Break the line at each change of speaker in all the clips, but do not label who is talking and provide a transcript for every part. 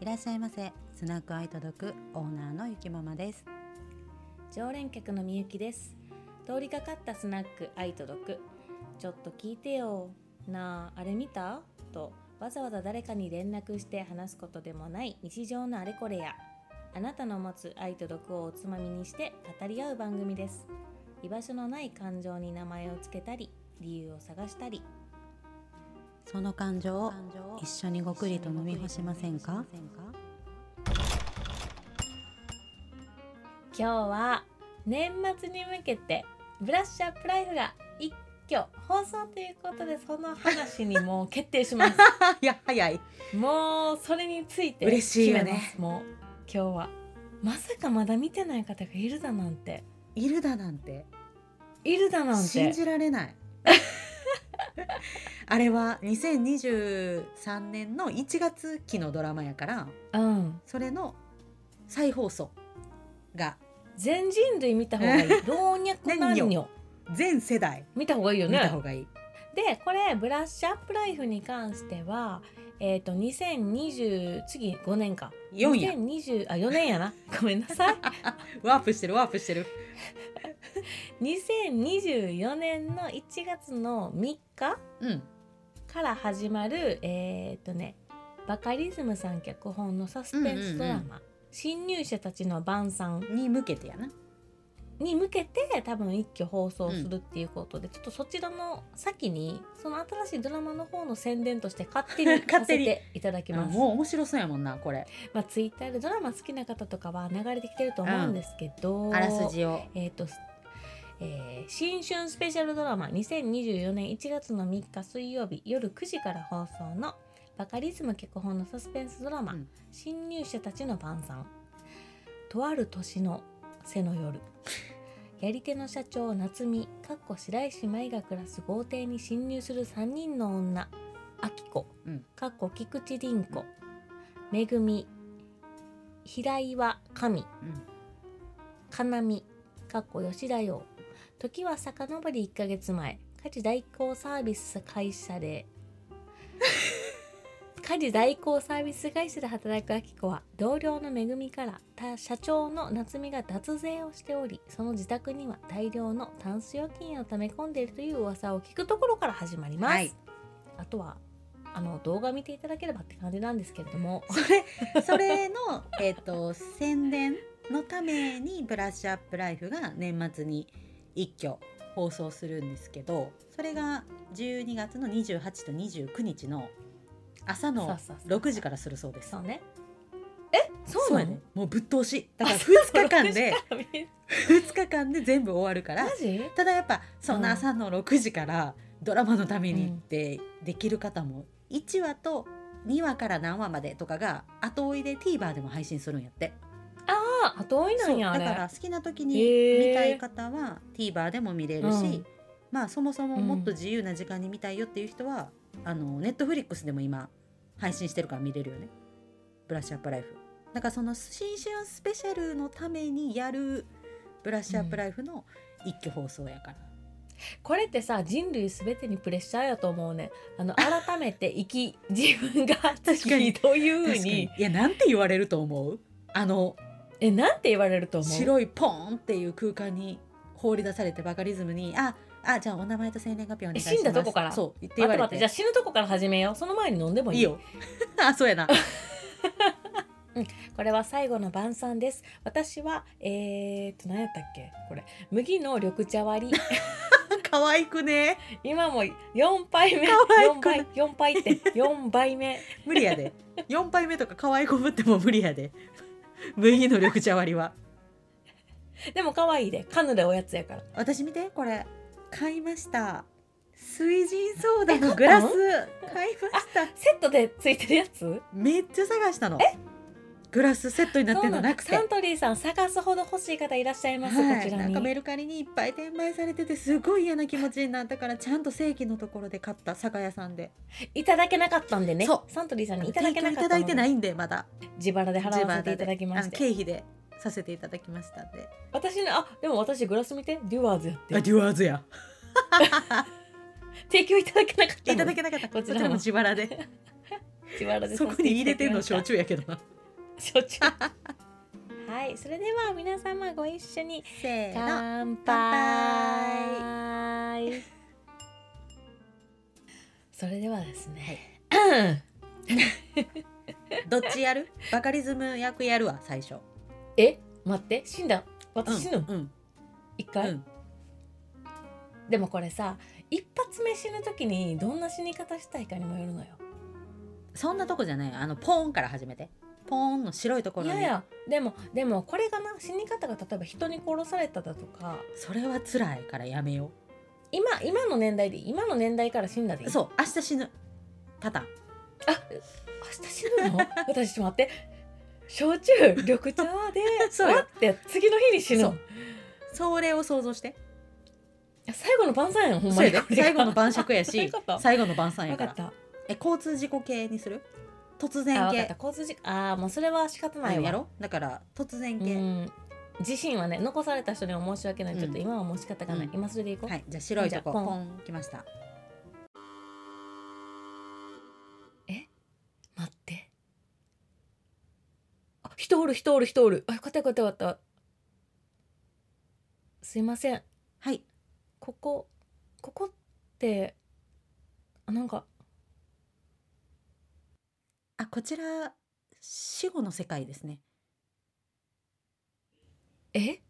いらっしゃいませスナックアイ届くオーナーのゆきママです
常連客のみゆきです通りかかったスナック愛と毒ちょっと聞いてよなああれ見たとわざわざ誰かに連絡して話すことでもない日常のあれこれやあなたの持つ愛と毒をおつまみにして語り合う番組です居場所のない感情に名前をつけたり理由を探したり
その感情を一緒にごくりと飲み干しませんか
今日は年末に向けてブラッシュアップライフが一挙放送ということでその話にもう決定します
いや早い
もうそれについて
嬉しいよね
決めますもう今日はまさかまだ見てない方がいるだなんて
いるだなんて
いるだなん
信
て
じられない あれは2023年の1月期のドラマやから
うん
それの再放送が
全人類見た方が いい老若男
何
女
よ全世代
見た方がいいよ
見
ね
た方がいい、
でこれブラッシュアップライフに関してはえっ、と2020次5年か
4や
2020あ4年や なごめんなさい
ワープしてるワープしてる
2024年の1月の3日
うん
から始まるえっ、とねバカリズムさん脚本のサスペンスドラマ、
うん
侵入者たちの晩餐
に向けてやな
に向けて多分一挙放送するっていうことで、ちょっとそちらの先にその新しいドラマの方の宣伝として勝手に
勝
さ
手
せ
に
ていただきます
もう面白そうやもんなこれ
まあ、ツイッターでドラマ好きな方とかは流れてきてると思うんですけど、
あらすじを
えっ、と、えー新春スペシャルドラマ2024年1月の3日水曜日夜9時から放送のバカリズム脚本のサスペンスドラマ「
うん
侵入者たちの晩餐」とある年の瀬の夜やり手の社長夏美かっこ白石麻衣が暮らす豪邸に侵入する3人の女あきこ
うん
かっこ菊池凛子めぐみ平岩神かなみ、かっこ吉田よ。時は遡り1ヶ月前、家事代行サービス会社で、家事代行サービス会社で働く秋子は、同僚のめぐみから、た社長の夏美が脱税をしており、その自宅には大量のタンス預金を溜め込んでいるという噂を聞くところから始まります。
はい
あとは、あの動画見ていただければって感じなんですけれども、
それそれの えっと宣伝のために「ブラッシュアップライフ」が年末に一挙放送するんですけどそれが12月の28と29日の朝
そ
の
うそうそう
6時からするそうです。
そうね。え、そうな
や
の
ね、もうぶっ通しだから
あ
2日間で
そう6時から見る
2日間で全部終わるから
マジ
ただやっぱそんな
うん
朝の6時からドラマのためにってできる方も1話と2話から何話までとかが後追いで TVer でも配信するんやって
あ後追いなんや
だ
あれ
から好きな時に
へー
見たい方は TVer でも見れるし、
うん
まあそもそももっと自由な時間に見たいよっていう人は、あの Netflix でも今配信してるから見れるよね「ブラッシュアップライフ」だからその新春スペシャルのためにやる「ブラッシュアップライフ」の一挙放送やから。
これってさ人類すべてにプレッシャーやと思うねあの改めて生き自分が
確かに
生きという風
確か
に
にいやなんて言われると思うあの
えなんて言われると思う
白いポーンっていう空間に放り出されてバカリズムに「ああじゃあお名前と生年月日お願いします」
え死んだとこから
そう言って言
待っ
わ
て
れ
待っててじゃあ死ぬとこから始めようその前に飲んでもいい
いいよ あそうやな
これは最後の晩餐です私はえー、っと何やったっけこれ麦の緑茶 割り
可愛くね
今も4杯目
可愛
4
くない
杯4杯って4杯目
無理や で4杯目とか可愛こぶっても無理やで 麦の緑茶割りは
でも可愛いでカヌレおやつやから
私見てこれ買いました水人ソーダのグラス買いました
セットでついてるやつ
めっちゃ探したのグラスセットになってるのなくて
サントリーさん探すほど欲しい方いらっしゃいます、
はい
こちら
なん
に
かメルカリにいっぱい転売されててすごい嫌な気持ちになったからちゃんと正規のところで買った酒屋さんで
いただけなかったんでね
そ
サントリーさんにいただ
提
け
供
ないかったた
だ
ので
いてないんでまだ
自腹で払わせていただきま
あ
し
の
て
経費でさせていただきましたんで
私のあでも私グラス見てデュアーズやって
ュアーズや
提供いただけなかったの
いただけなかったこ
こ
ちら
ちら
も
も
自腹で
自腹で
そこに入れてんの
焼
焼酎やけどな
所長はいそれでは皆様ご一緒に
せーの
乾杯それではですね、
どっちやるバカリズム役やるわ最初
え待って死んだ
うん
私死ぬん
うん
一
う
回、
ん
でもこれさ一発目死ぬ時にどんな死に方したいかにもよるのよ
そんなとこじゃないあのポーンから始めてポーンの白いところ
い
に
やいやでもでもこれがな死に方が例えば人に殺されただとか
それは辛いからやめよ
今今の年代でいい今の年代から死んだでいうい
そう明日死ぬパターン
明日死ぬの 私ちょっと待って焼酎緑茶で
そう
終
よ
わって次の日に死ぬ
そうそれを想像して
最後の晩餐やんほん
そ
ま
れ
に
で
これが
最後の晩酌や
そうい
し
うこと
最後の晩餐や
分
か
かっ
ら
た
え交通事故系にする突
あ
然
分かっ
系
た交通事故ああもうそれは仕方ない
うん
わ
やろだから突然
う
系、
ん自身はね残された人には申し訳ない、
うん
ちょっと今はもう仕方がない、
うん
今それでいこう、
はいじゃあ白いとこ
じゃあポン
ポンきました
待ってあ人おる人おる人おるあよかったよかったよかったすいません
はい
ここここってあなんか
あこちら死後の世界ですね
え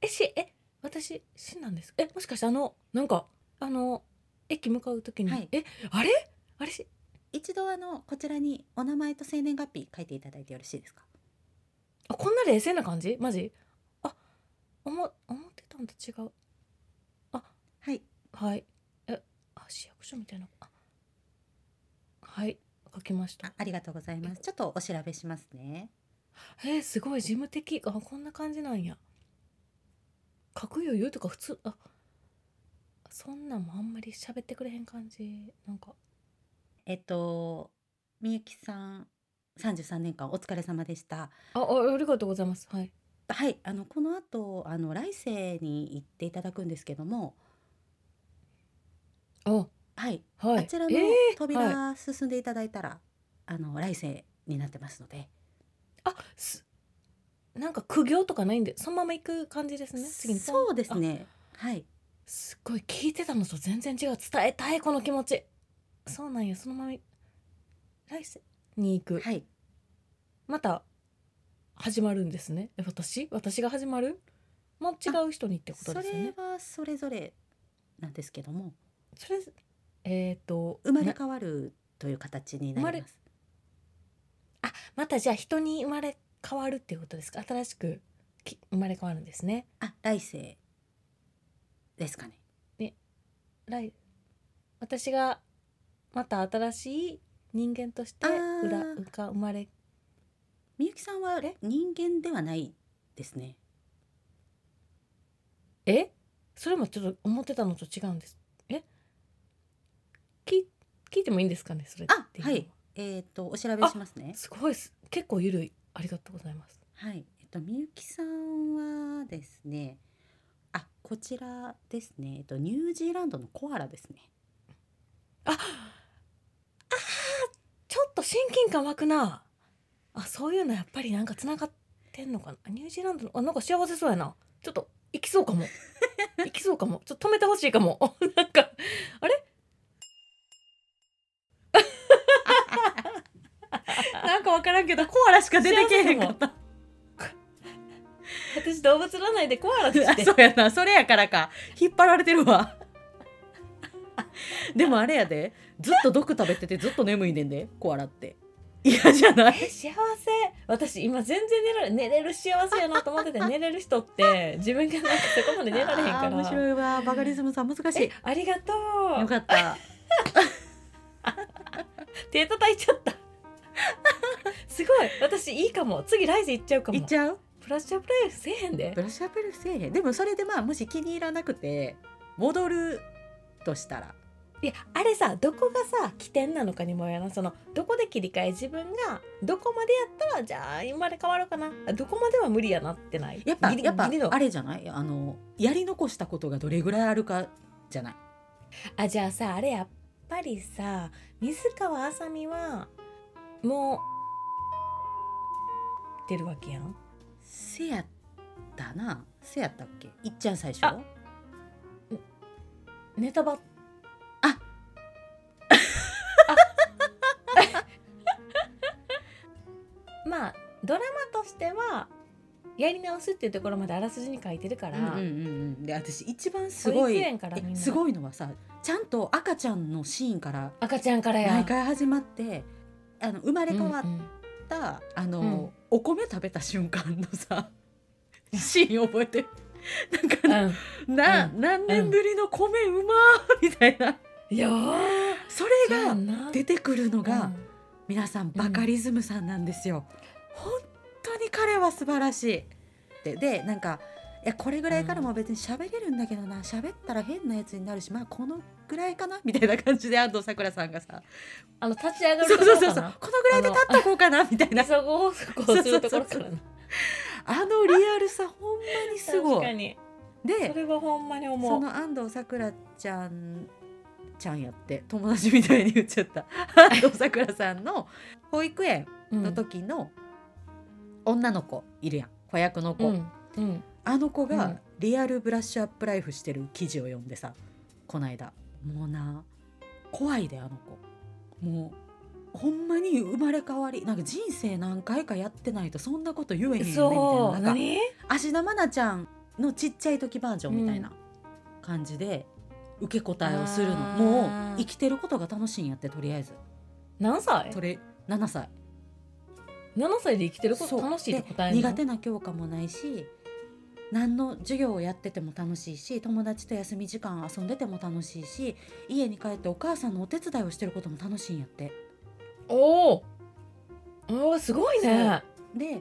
えしえ私死んだんですえもしかしてあのなんかあの駅向かう時に、
はい
えあれあれし
一度あのこちらにお名前と生年月日書いていただいてよろしいですか
あこんな冷静な感じマジあ思思ってたんと違う
はい
はいえあ市役所みたいなあはい書きました
あありがとうございますちょっとお調べしますね
えー、すごい事務的あこんな感じなんや書く余裕とか普通あそんなんもあんまり喋ってくれへん感じなんか
えっとみゆきさん33年間お疲れ様でした
ああありがとうございますはい
はいあのこの後あの来世に行っていただくんですけども
あ
はい、
はい
あちらの
えー
扉進んでいただいたら、あの来世になってますので
あすなんか苦行とかないんでそのまま行く感じですね次にポ
そ
ン
うですねはい
あすっごい聞いてたのと全然違う伝えたいこの気持ちそうなんやそのまま来世に行く、
はい
また始まるんですねえ私私が始まるもう違う人にってこと
そ
ですよ
れ
ね
はそれぞれなんですけども
それえっ、と
生まれ
な
変わるという形になります
あまたじゃあ人に生まれ変わるっていうことですか新しくき生まれ変わるんですね
あ来世ですかね
来私がまた新しい人間として
あー
裏が生まれ
みゆきさんは
え
人間ではないですね
えそれもちょっと思ってたのと違うんですえき聞いてもいいんですかねそれ
あ
ってうの
は
はい
えっ、とお調べしますね
すごいす結構ゆるいありがとうございます
はい、えっと、みゆきさんはですね。あ、こちらですね。えっと、ニュージーランドのコアラですね。
ああーちょっと親近感湧くなあそういうのやっぱりなんかつながってんのかなあニュージーランドのあなんか幸せそうやなちょっと行きそう かも行きそうかもちょっと止めてほしいかも なんかあれなんかわからんけど
コアラしか。
出てけえへんかった私動物占いでコアラって知っ て
そうやな、それやからか、引っ張られてる わ。でもあれやで、ずっと毒食べてて、ずっと眠いねんで、コアラって。嫌じゃない。
え幸せ私今全然寝られ寝れる幸せやなと思 ってて寝れる人って自分がなんかそこまで寝られへんか
あー面
ら
白いわ、バカリズムさん、難し
え
い。
ありがと
よ
う
かった。
手叩いちゃった すごい私いいかも次ライズ行っちゃうかも
いっちゃう。
プラスチャープライフせえへんで
ブラッシュアップルせえへん。でも、それで、まあ、もし気に入らなくて、戻るとしたら。
いやあれさどこがさ起点なのかにもよらなそのどこで切り替え自分がどこまでやったらじゃあ生まれ変わろうかなあどこまでは無理やなってない
やっぱ
ギリ
やっぱ
ギリの
あれじゃないあのやり残したことがどれぐらいあるかじゃない
あじゃあさあれやっぱりさ水川あさみはもってるわけやん
せやったなせやったっけいっちゃん最初
あネタばっあ まあドラマとしてはやり直すっていうところまであらすじに書いてるか
う
ら、
んうんうんうんで私一番すご
保
い
育園からみんな
えすごいのはさちゃんと赤ちゃんのシーンから
赤ちゃんからや
毎回始まってあの生まれ変わっ
うんうん
た、あの、
うん
お米食べた瞬間のさ シーン覚えてる なんか
う ん
な、
う
何年ぶりの米うまーみたいな、
いやー
そ
そう
れ
や
が
んな
出てくるのが、
うん
皆さんバカリズムさんなんですよ、本当に彼は素晴らしいででなんかいやこれぐらいからも別に喋れるんだけどな喋ったら変なやつになるしまあこのぐらいかなみたいな感じで安藤サクラさんがさ
あの立ち上が
そ
る
う
とこ
そう
ろ
そう
か
そう
な
このぐらいで立っとこうかなみたいな
二足歩行するところからな
あのリアルさほんまにす
確
ご
か
い
にそ
で
れはほんまに思
そうの安藤サクラちゃんちゃんやって友達みたいに言っちゃった 安藤サクラさんの保育園
うん
の時の女の子いるやん子役の子、
うんうん
あの子
う
が
ん
リアルブラッシュアップライフしてる記事を読んでさこないだもうな怖いであの子もうほんまに生まれ変わりなんか人生何回かやってないとそんなこと言えへんよねみたい
そ
な
う
なんか
何
芦田愛菜ちゃんのちっちゃい時バージョンみたいな感じで受け答えをするの、
あー
もう生きてることが楽しいんやってとりあえず
何歳
それ7歳
7歳で生きてるこ
そ
と
う
楽しいって答え
で
んの
苦手な教科もないし何の授業をやってても楽しいし友達と休み時間遊んでても楽しいし家に帰ってお母さんのお手伝いをしてることも楽しいんやって
おーおーすごいね
で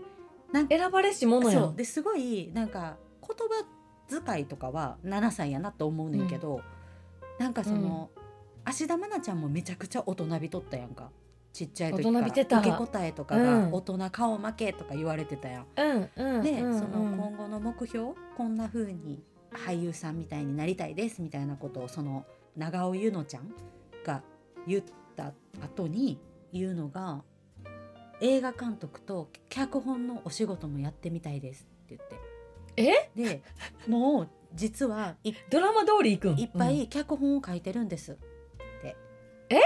なんか
選ばれし者や
そうんですごいなんか言葉遣いとかは7歳やなと思うねんけど、なんかその、芦田愛菜ちゃんもめちゃくちゃ大人びとったやんかちっちゃい時から
大人びてた
受け答えとかが
う
「
ん
大人顔負け」とか言われてたやん
うんうん
で、
うん
その
うん
今後の目標こんな風に俳優さんみたいになりたいですみたいなことをその長尾ゆのちゃんが言った後に言うのが映画監督と脚本のお仕事もやってみたいですって言ってえでもう実はい
ドラマ通り行くん
いっぱい脚本を書いてるんですって。
え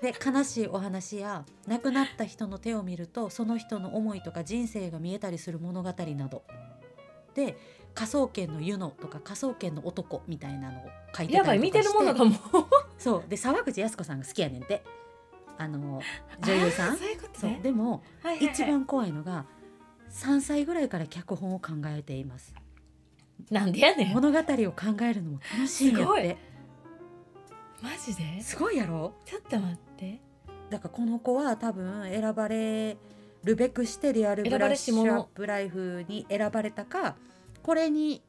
で悲しいお話や亡くなった人の手を見るとその人の思いとか人生が見えたりする物語などで科捜研の湯野とか科捜研の男みたいなのを書い
う
てたりとかし
ん
て
やばい見てるものがもう
そうで沢口靖子さんが好きやねんってあ の 女優さ
あー
ん
そういうこと
そう
ね
でも
はいはいはい
一番怖いのが3歳ぐらいから脚本を考えています
なんでやねんマ
物語を考えるのも楽しいんや
す
っ
ご
て
いジです
ごいやろ
ちょっと待って
だからこの子は多分選ばれるべくしてリアルブ
選
ラ
ば
ッ
れ
シ
し
ュ
者
アップライフに選ばれたかこれに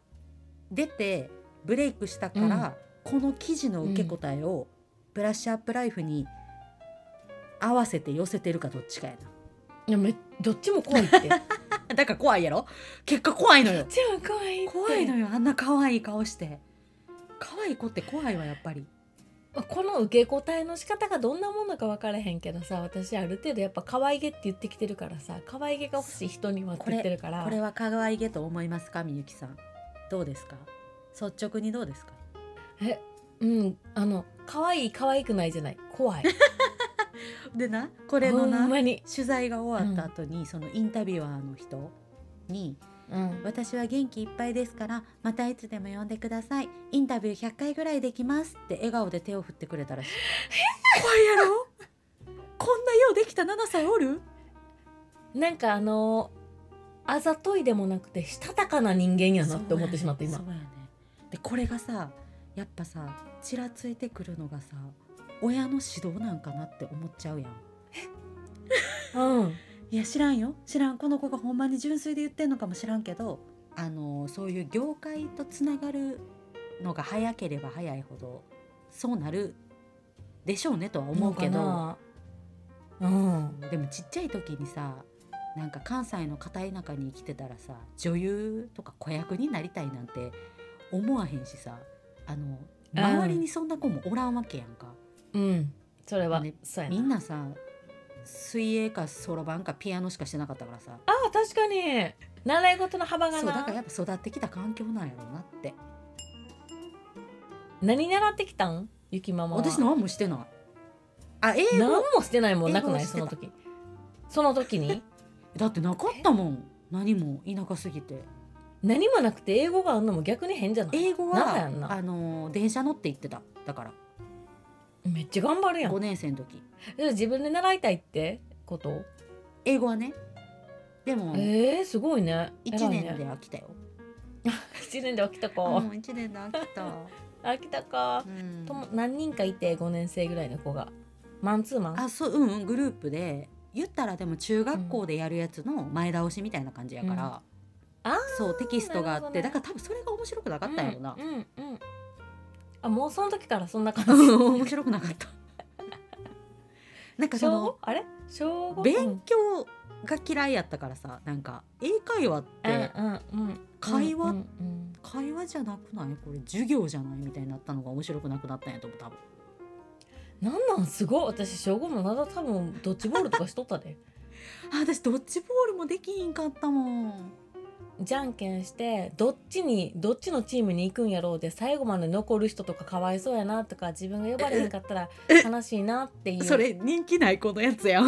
出てブレイクしたから、この記事の受け答えをブラッシュアップライフに合わせて寄せてるかどっちかや
いやめどっちも怖いって どっ
なだから怖いやろ結果怖いのよ
ちも怖いって
怖いのよあんな可愛い顔して可愛い子って怖いわやっぱり
この受け答えの仕方がどんなものか分からへんけどさ私ある程度やっぱ可愛げって言ってきてるからさ可愛げが欲しい人にはって言ってるから
これは可愛げと思いますかみゆきさんどうですか率直にどうですか
うんあの可愛い可愛くないじゃない怖い
でなこれの
ほ
なん
まに、
取材が終わった後に、そのインタビュアーの人に「私は元気いっぱいですからまたいつでも呼んでくださいインタビュー100回ぐらいできます」って笑顔で手を振ってくれたらしい怖いやろこんなようできた7歳おる
なんかあのあざといでもなくてしたたかな人間やなって思ってしまった今
そうやねでこれがさやっぱさちらついてくるのがさ親の指導なんかなって思っちゃうやん
うん
いや知らんよ知らんこの子がほんまに純粋で言ってんのかも知らんけどあのそういう業界とつながるのが早ければ早いほどそうなるでしょうねとは思うけど
のかなうん
でもちっちゃい時にさなんか関西の片田舎に生きてたらさ女優とか子役になりたいなんて思わへんしさあの周りにそんな子もおらんわけやんか。
うんそれは、
ね
そうやな
みんなさ水泳かそろばんかピアノしかしてなかったからさ
ああ確かに習い事の幅が
そうだ
な
からやっぱ育ってきた環境なんやろうなって
何習ってきたんゆきママは
私何もしてないあ英
何
語
もしてないもんなくな
英
い
語して
そ
た
の時その 時に
だってなかったもん何も田舎すぎて
何もなくて英語があんのも逆に変じゃない
英語
なんかや
は
んな
あの電車乗って行ってただから
めっちゃ頑張るやん
5年生の時
でも自分で習いたいってこと
英語はねでも1
えー、すごいね
年
偉い
で
ね、
飽きたよ、
1年で飽きた
う
か
ん、1年で飽きた、
飽きたか
う、ん
とも何人かいて5年生ぐらいの子がマンツーマン
あそううんうんグループで言ったらでも中学校でやるやつの前倒しみたいな感じやから、
うんあー
そうテキストがあって、
なるほどね
だから多分それが面白くなかったんやろな
う、んうん、うんあもうその時からそんな感じ
面白く なか ったなんかそ
小五
の
あれ小五
勉強が嫌いやったからさなんか英会話っ
うん
て
うんうんうん
会話
うんうん
会話じゃなくないこれ授業じゃないみたいになったのが面白くなくなったんやと思う多分
なんなんすごい私小五もまだ多分ドッジボールとかしとった で
あ私ドッジボールもできひんかったもん
じゃんけんしてどっちにどっちのチームに行くんやろうで最後まで残る人とかかわいそうやなとか自分が呼ばれへんかったら悲しいなっていう
それ人気ないこのやつ やん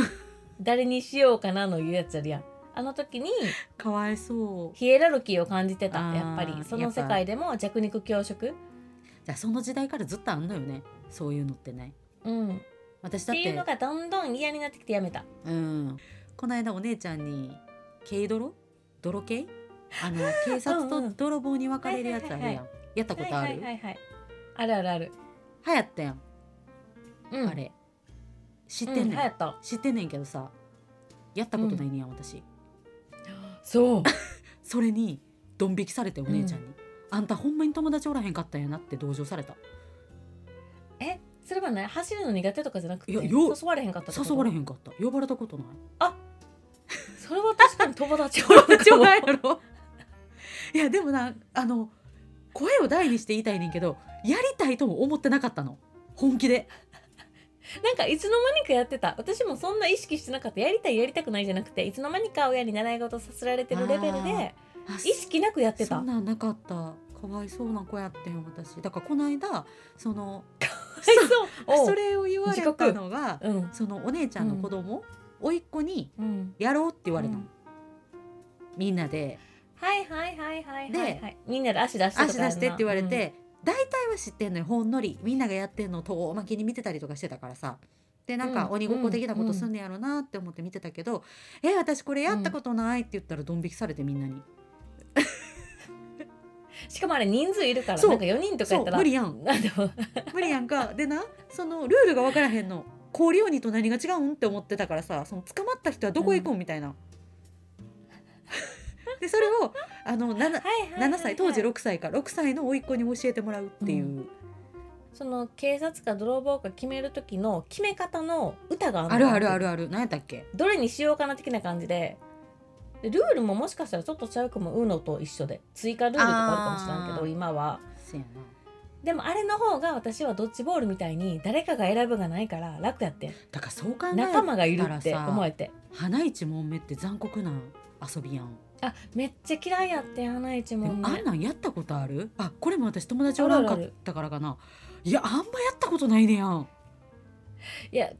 誰にしようかなのいうやつやるやんあの時に
かわいそう
ヒエラルキーを感じてた
あー
やっぱりそ
や
の
っぱ
世界でも弱肉強食
じゃあその時代からずっとあんのよねそういうのってね
うん
私
っ
だって
いうの
て
がどんどん嫌になってきてやめた
うんこの間お姉ちゃんに軽泥泥系あ の警察
うんう
と
ん
泥棒に分かれるやつあるやん、
はいはいはい
やったことある、
はいはいはいはいあるあるある、
流行ったやん、
うん、
あれ知
知
ってんねん、
流行った
知ってんねんけどさやったことないねや、私
そう
それにドン引きされてお姉ちゃんに、あんたほんまに友達おらへんかったんやなって同情された
えそれはね走るの苦手とかじゃなくて
いや
誘
よ
われへんかったってこと
誘われへんかった呼ばれたことない
それは確かに友達 おらんかも
いやろいやでもなあの声を大にして言いたいねんけどやりたいとも思ってなかったの本気で
なんかいつの間にかやってた私もそんな意識してなかったやりたいやりたくないじゃなくていつの間にか親に習い事させられてるレベルで
あ
意識なくやって
そ
た
んなんなかったかわいそうな子やってん私だからこの間その
はい そう
それを言われたのが
おううん
そのお姉ちゃんの子供、甥っ子に
うん
やろうって言われたの、
うん
みんなで
はいはいはいはいはいは
で
いみんなで足出してとか
足
やんな
出してって言われ、て、大体は知ってんのよほんのりみんながやってんのを遠巻きに見てたりとかしてたからさでなん
う
か
ん
鬼ごっこ的なことすんねやろなって思って見てたけど「え私これやったことない」って言ったらドン引きされてみんなに
うんしかもあれ人数いるから
そう
なんか4人と
「
かや
そ
った
う
ら
無理やん
なんでも
無理やん か」でなそのルールが分からへんの氷鬼と何が違うんって思ってたからさその捕まった人はどこへ行こうみたいな。でそれをあの 7,
はいはいはいはい
7歳当時6歳か6歳の甥っ子に教えてもらうっていう、
うんその警察か泥棒か決める時の決め方の歌があんの
あるあるあるある何やったっけ
どれにしようかな的な感じででルールももしかしたらちょっとちゃうかも UNO と一緒で追加ルールとかあるかもしれんけど
あー
今は
せやな
でもあれの方が私はドッジボールみたいに誰かが選ぶがないから楽やってん
だからそう考え
仲間がいる
だ
っ
か
て
らさ
思えて
花一門目って残酷な遊びやん
あめっちゃ嫌いやってん花一
で
門
もあ
目
んなんやったことあるあこれも私友達おらんか
あるあ
っ
る
たからかないやあんまやったことないねやん
いや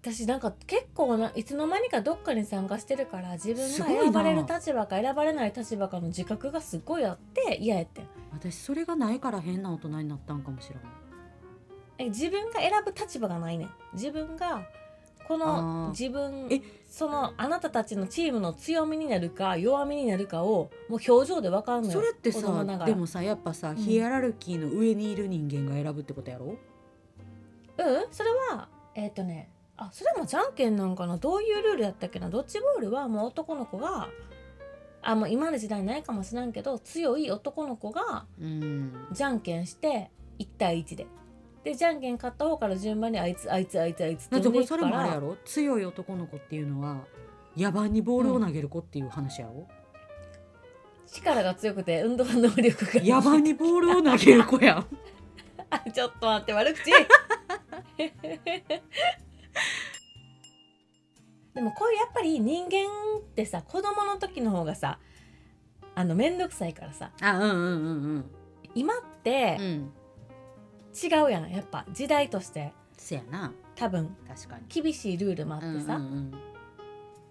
私なんか結構ないつの間にかどっかに参加してるから自分
す
が
ごいな
選ばれる立場か選ばれない立場かの自覚がすごいあって嫌やってん
私それがないから変な大人になったんかもしれない
え自分が選ぶ立場がないねん自分がこ
あ
の
ー
自分
え
そのあなたたちのチームの強みになるか弱みになるかをもう表情で分かんのよ
それって
子供な
さ
がら
でもさやっぱさ、
ん
ヒエラルキーの上にいる人間が選ぶってことやろ
うんそれはえっ、とねあそれもじゃんけんなんかなどういうルールやったっけなドッジボールはもう男の子があもう今の時代ないかもしれんけど強い男の子が
うん
じゃんけんして1対1ででじゃんけん勝った方から順番にあいつあいつあいつあいつって
だって
呼
こ
んで
れ
い
そ
く
れ
か
もあれや
ら
ろ強い男の子っていうのは野蛮にボールを投げる子っていう話や ろ、
力が強くて運動能力が
野蛮にボールを投げる子やん
あ ちょっと待って悪口 でもこういうやっぱり人間ってさ子供の時の方がさあの面倒くさいからさ
あうんうんうんうん
今って
うん
違うやんやっぱ時代として
せやな
多分
確かに
厳しいルールもあってさ、
うんうん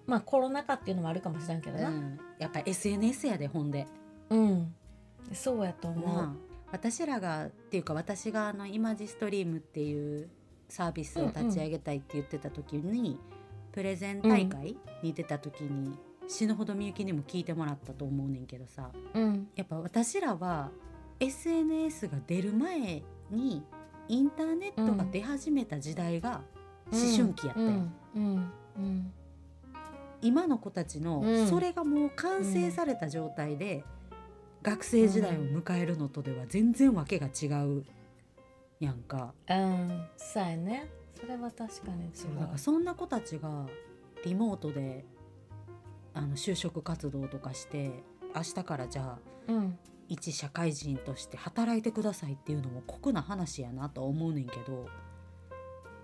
まあコロナ禍っていうのもあるかもしれんけど
うんう
な、
ん、やっぱ SNS やでほんで、
うん、そうやと思う
な。あ私らがっていうか私があのイマジストリームっていうサービスを立ち上げたいって言ってた時に、プレゼン大会に出た時に、死ぬほどみゆきにも聞いてもらったと思うねんけどさ
うん、
やっぱ私らは SNS が出る前にインターネットが出始めた時代が思春期やった
う
よ、
ん、うん、うん、
今の子たち
う
の
ん
それがもう完成された状態で学生時代を迎えるのとでは全然わけが違うやんか
うん、そうやね。それは確かに違う。
そうだからそんな子たちがリモートであの就職活動とかして明日からじゃあ
うん、
一社会人として働いてくださいっていうのも酷な話やなとは思うねんけど、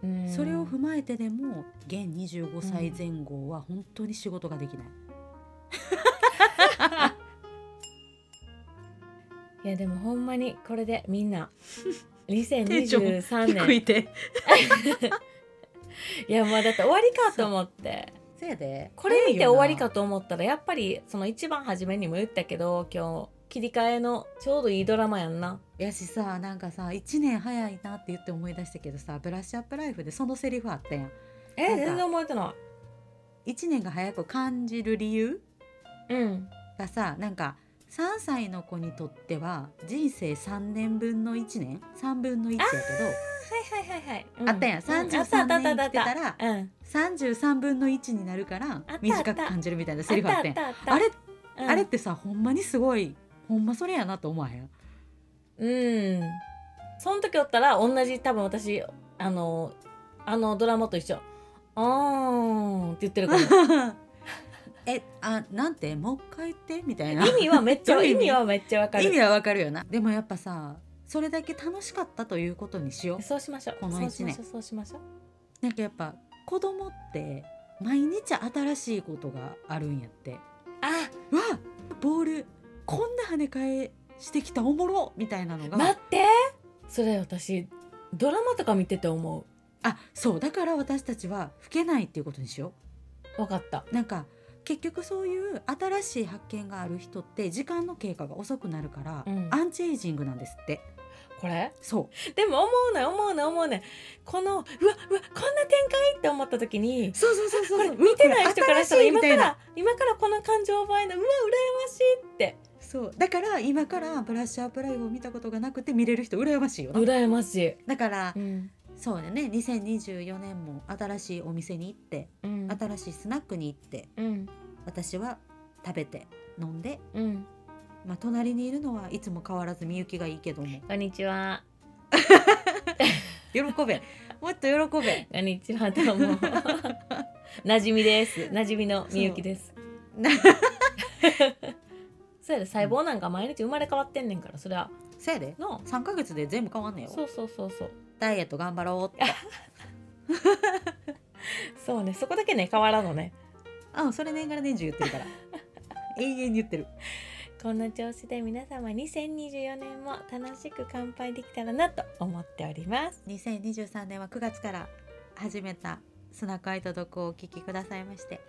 うん、
それを踏まえてでも現25歳前後は本当に仕事ができない。
いやでもほんまにこれでみ んな
テンション
2023
低
年
いて
いやもうだって終わりかと 思って
せやで
これ見て終わりかと思ったらやっぱりその一番初めにも言ったけど今日切り替えのちょうどいいドラマやんな
やしさなんかさ1年早いなって言って思い出したけどさ「ブラッシュアップライフ」でそのセリフあったやんな
え
んか
全然覚えてな
1年が早く感じる理由
いうん
がさなんか3歳の子にとっては人生3年分の1年3分の1やけ
はいはいはいはい、
あったやん33年生きてたら
うん
ど33分の1になるから
たあった
短く感じるみたいなセリフあったやんあ
あったあ
れ、
た
あれってさほんまにすごいほんまそれやなと思わへ ん
うんうんその時おったら同じ多分私あのあのドラマと一緒「あーん」って言ってるから
えあなんてもう一回言ってみたいな
意味はめっち
ど
ゃ
ういう意
意
味
味はめっちゃわかる
意味はわかるよなでもやっぱさそれだけ楽しかったということにしよう
そうしましょう
この一年
そうしましょうそうしましょう
なんかやっぱ子供って毎日新しいことがあるんやって
あ
うわボールこんな跳ね返してきたおもろみたいなのが、
待ってそれ私ドラマとか見てて思
あそうだから私たちは老けないっていうことにしよ
うわかった
うなんか結局そういう新しい発見がある人って時間の経過が遅くなるから、
うん
アンチエイジングなんですって
これ
そう
でも思うね思うね思うねこのうわうわこんな展開って思った時に
そうそうそうそう
これ見てない人からした
新
ら
しいみ
今
た
か
いな
ら今からこの感情を覚えないうわ羨ましいって
そうだから今からブラッシュアップライフを見たことがなくて見れる人羨ましいよな
羨ましい、
だから、
うん
そうだね2024年も新しいお店に行って
うん
新しいスナックに行って
うん
私は食べて飲んで、
うん
まあ、隣にいるのはいつも変わらずみゆきがいいけども
こんにちは
喜 べもっと喜べ
こんにちはどうも なじみですなじみのみゆきです
な
そうやで細胞なんか毎日生まれ変わってんねんからそりゃ
そやで
の
3ヶ月で全部変わんね
そ
よ
うそうそうそう
ダイエット頑張ろ うって
そうねそこだけね変わらんのね
うんそれ年がら年中言ってるから永遠に言ってる
こんな調子で皆様2024年も楽しく乾杯できたらなと思っております
2023年は9月から始めたスナックアイトドクをお聞きくださいまして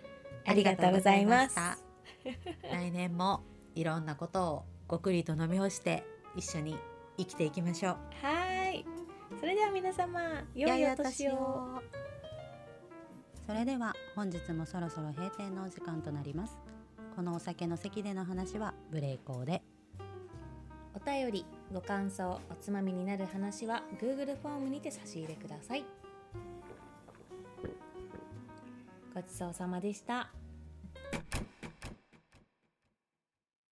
ありがとうございます
ありがとうございました来年もいろんなことをごくりと飲み干して一緒に生きていきましょう
はーいそれでは皆様良いお年を
それでは本日もそろそろ閉店のお時間となりますこのお酒の席での話はブレイコーで
お便りご感想おつまみになる話は Google フォームにて差し入れくださいごちそうさまでした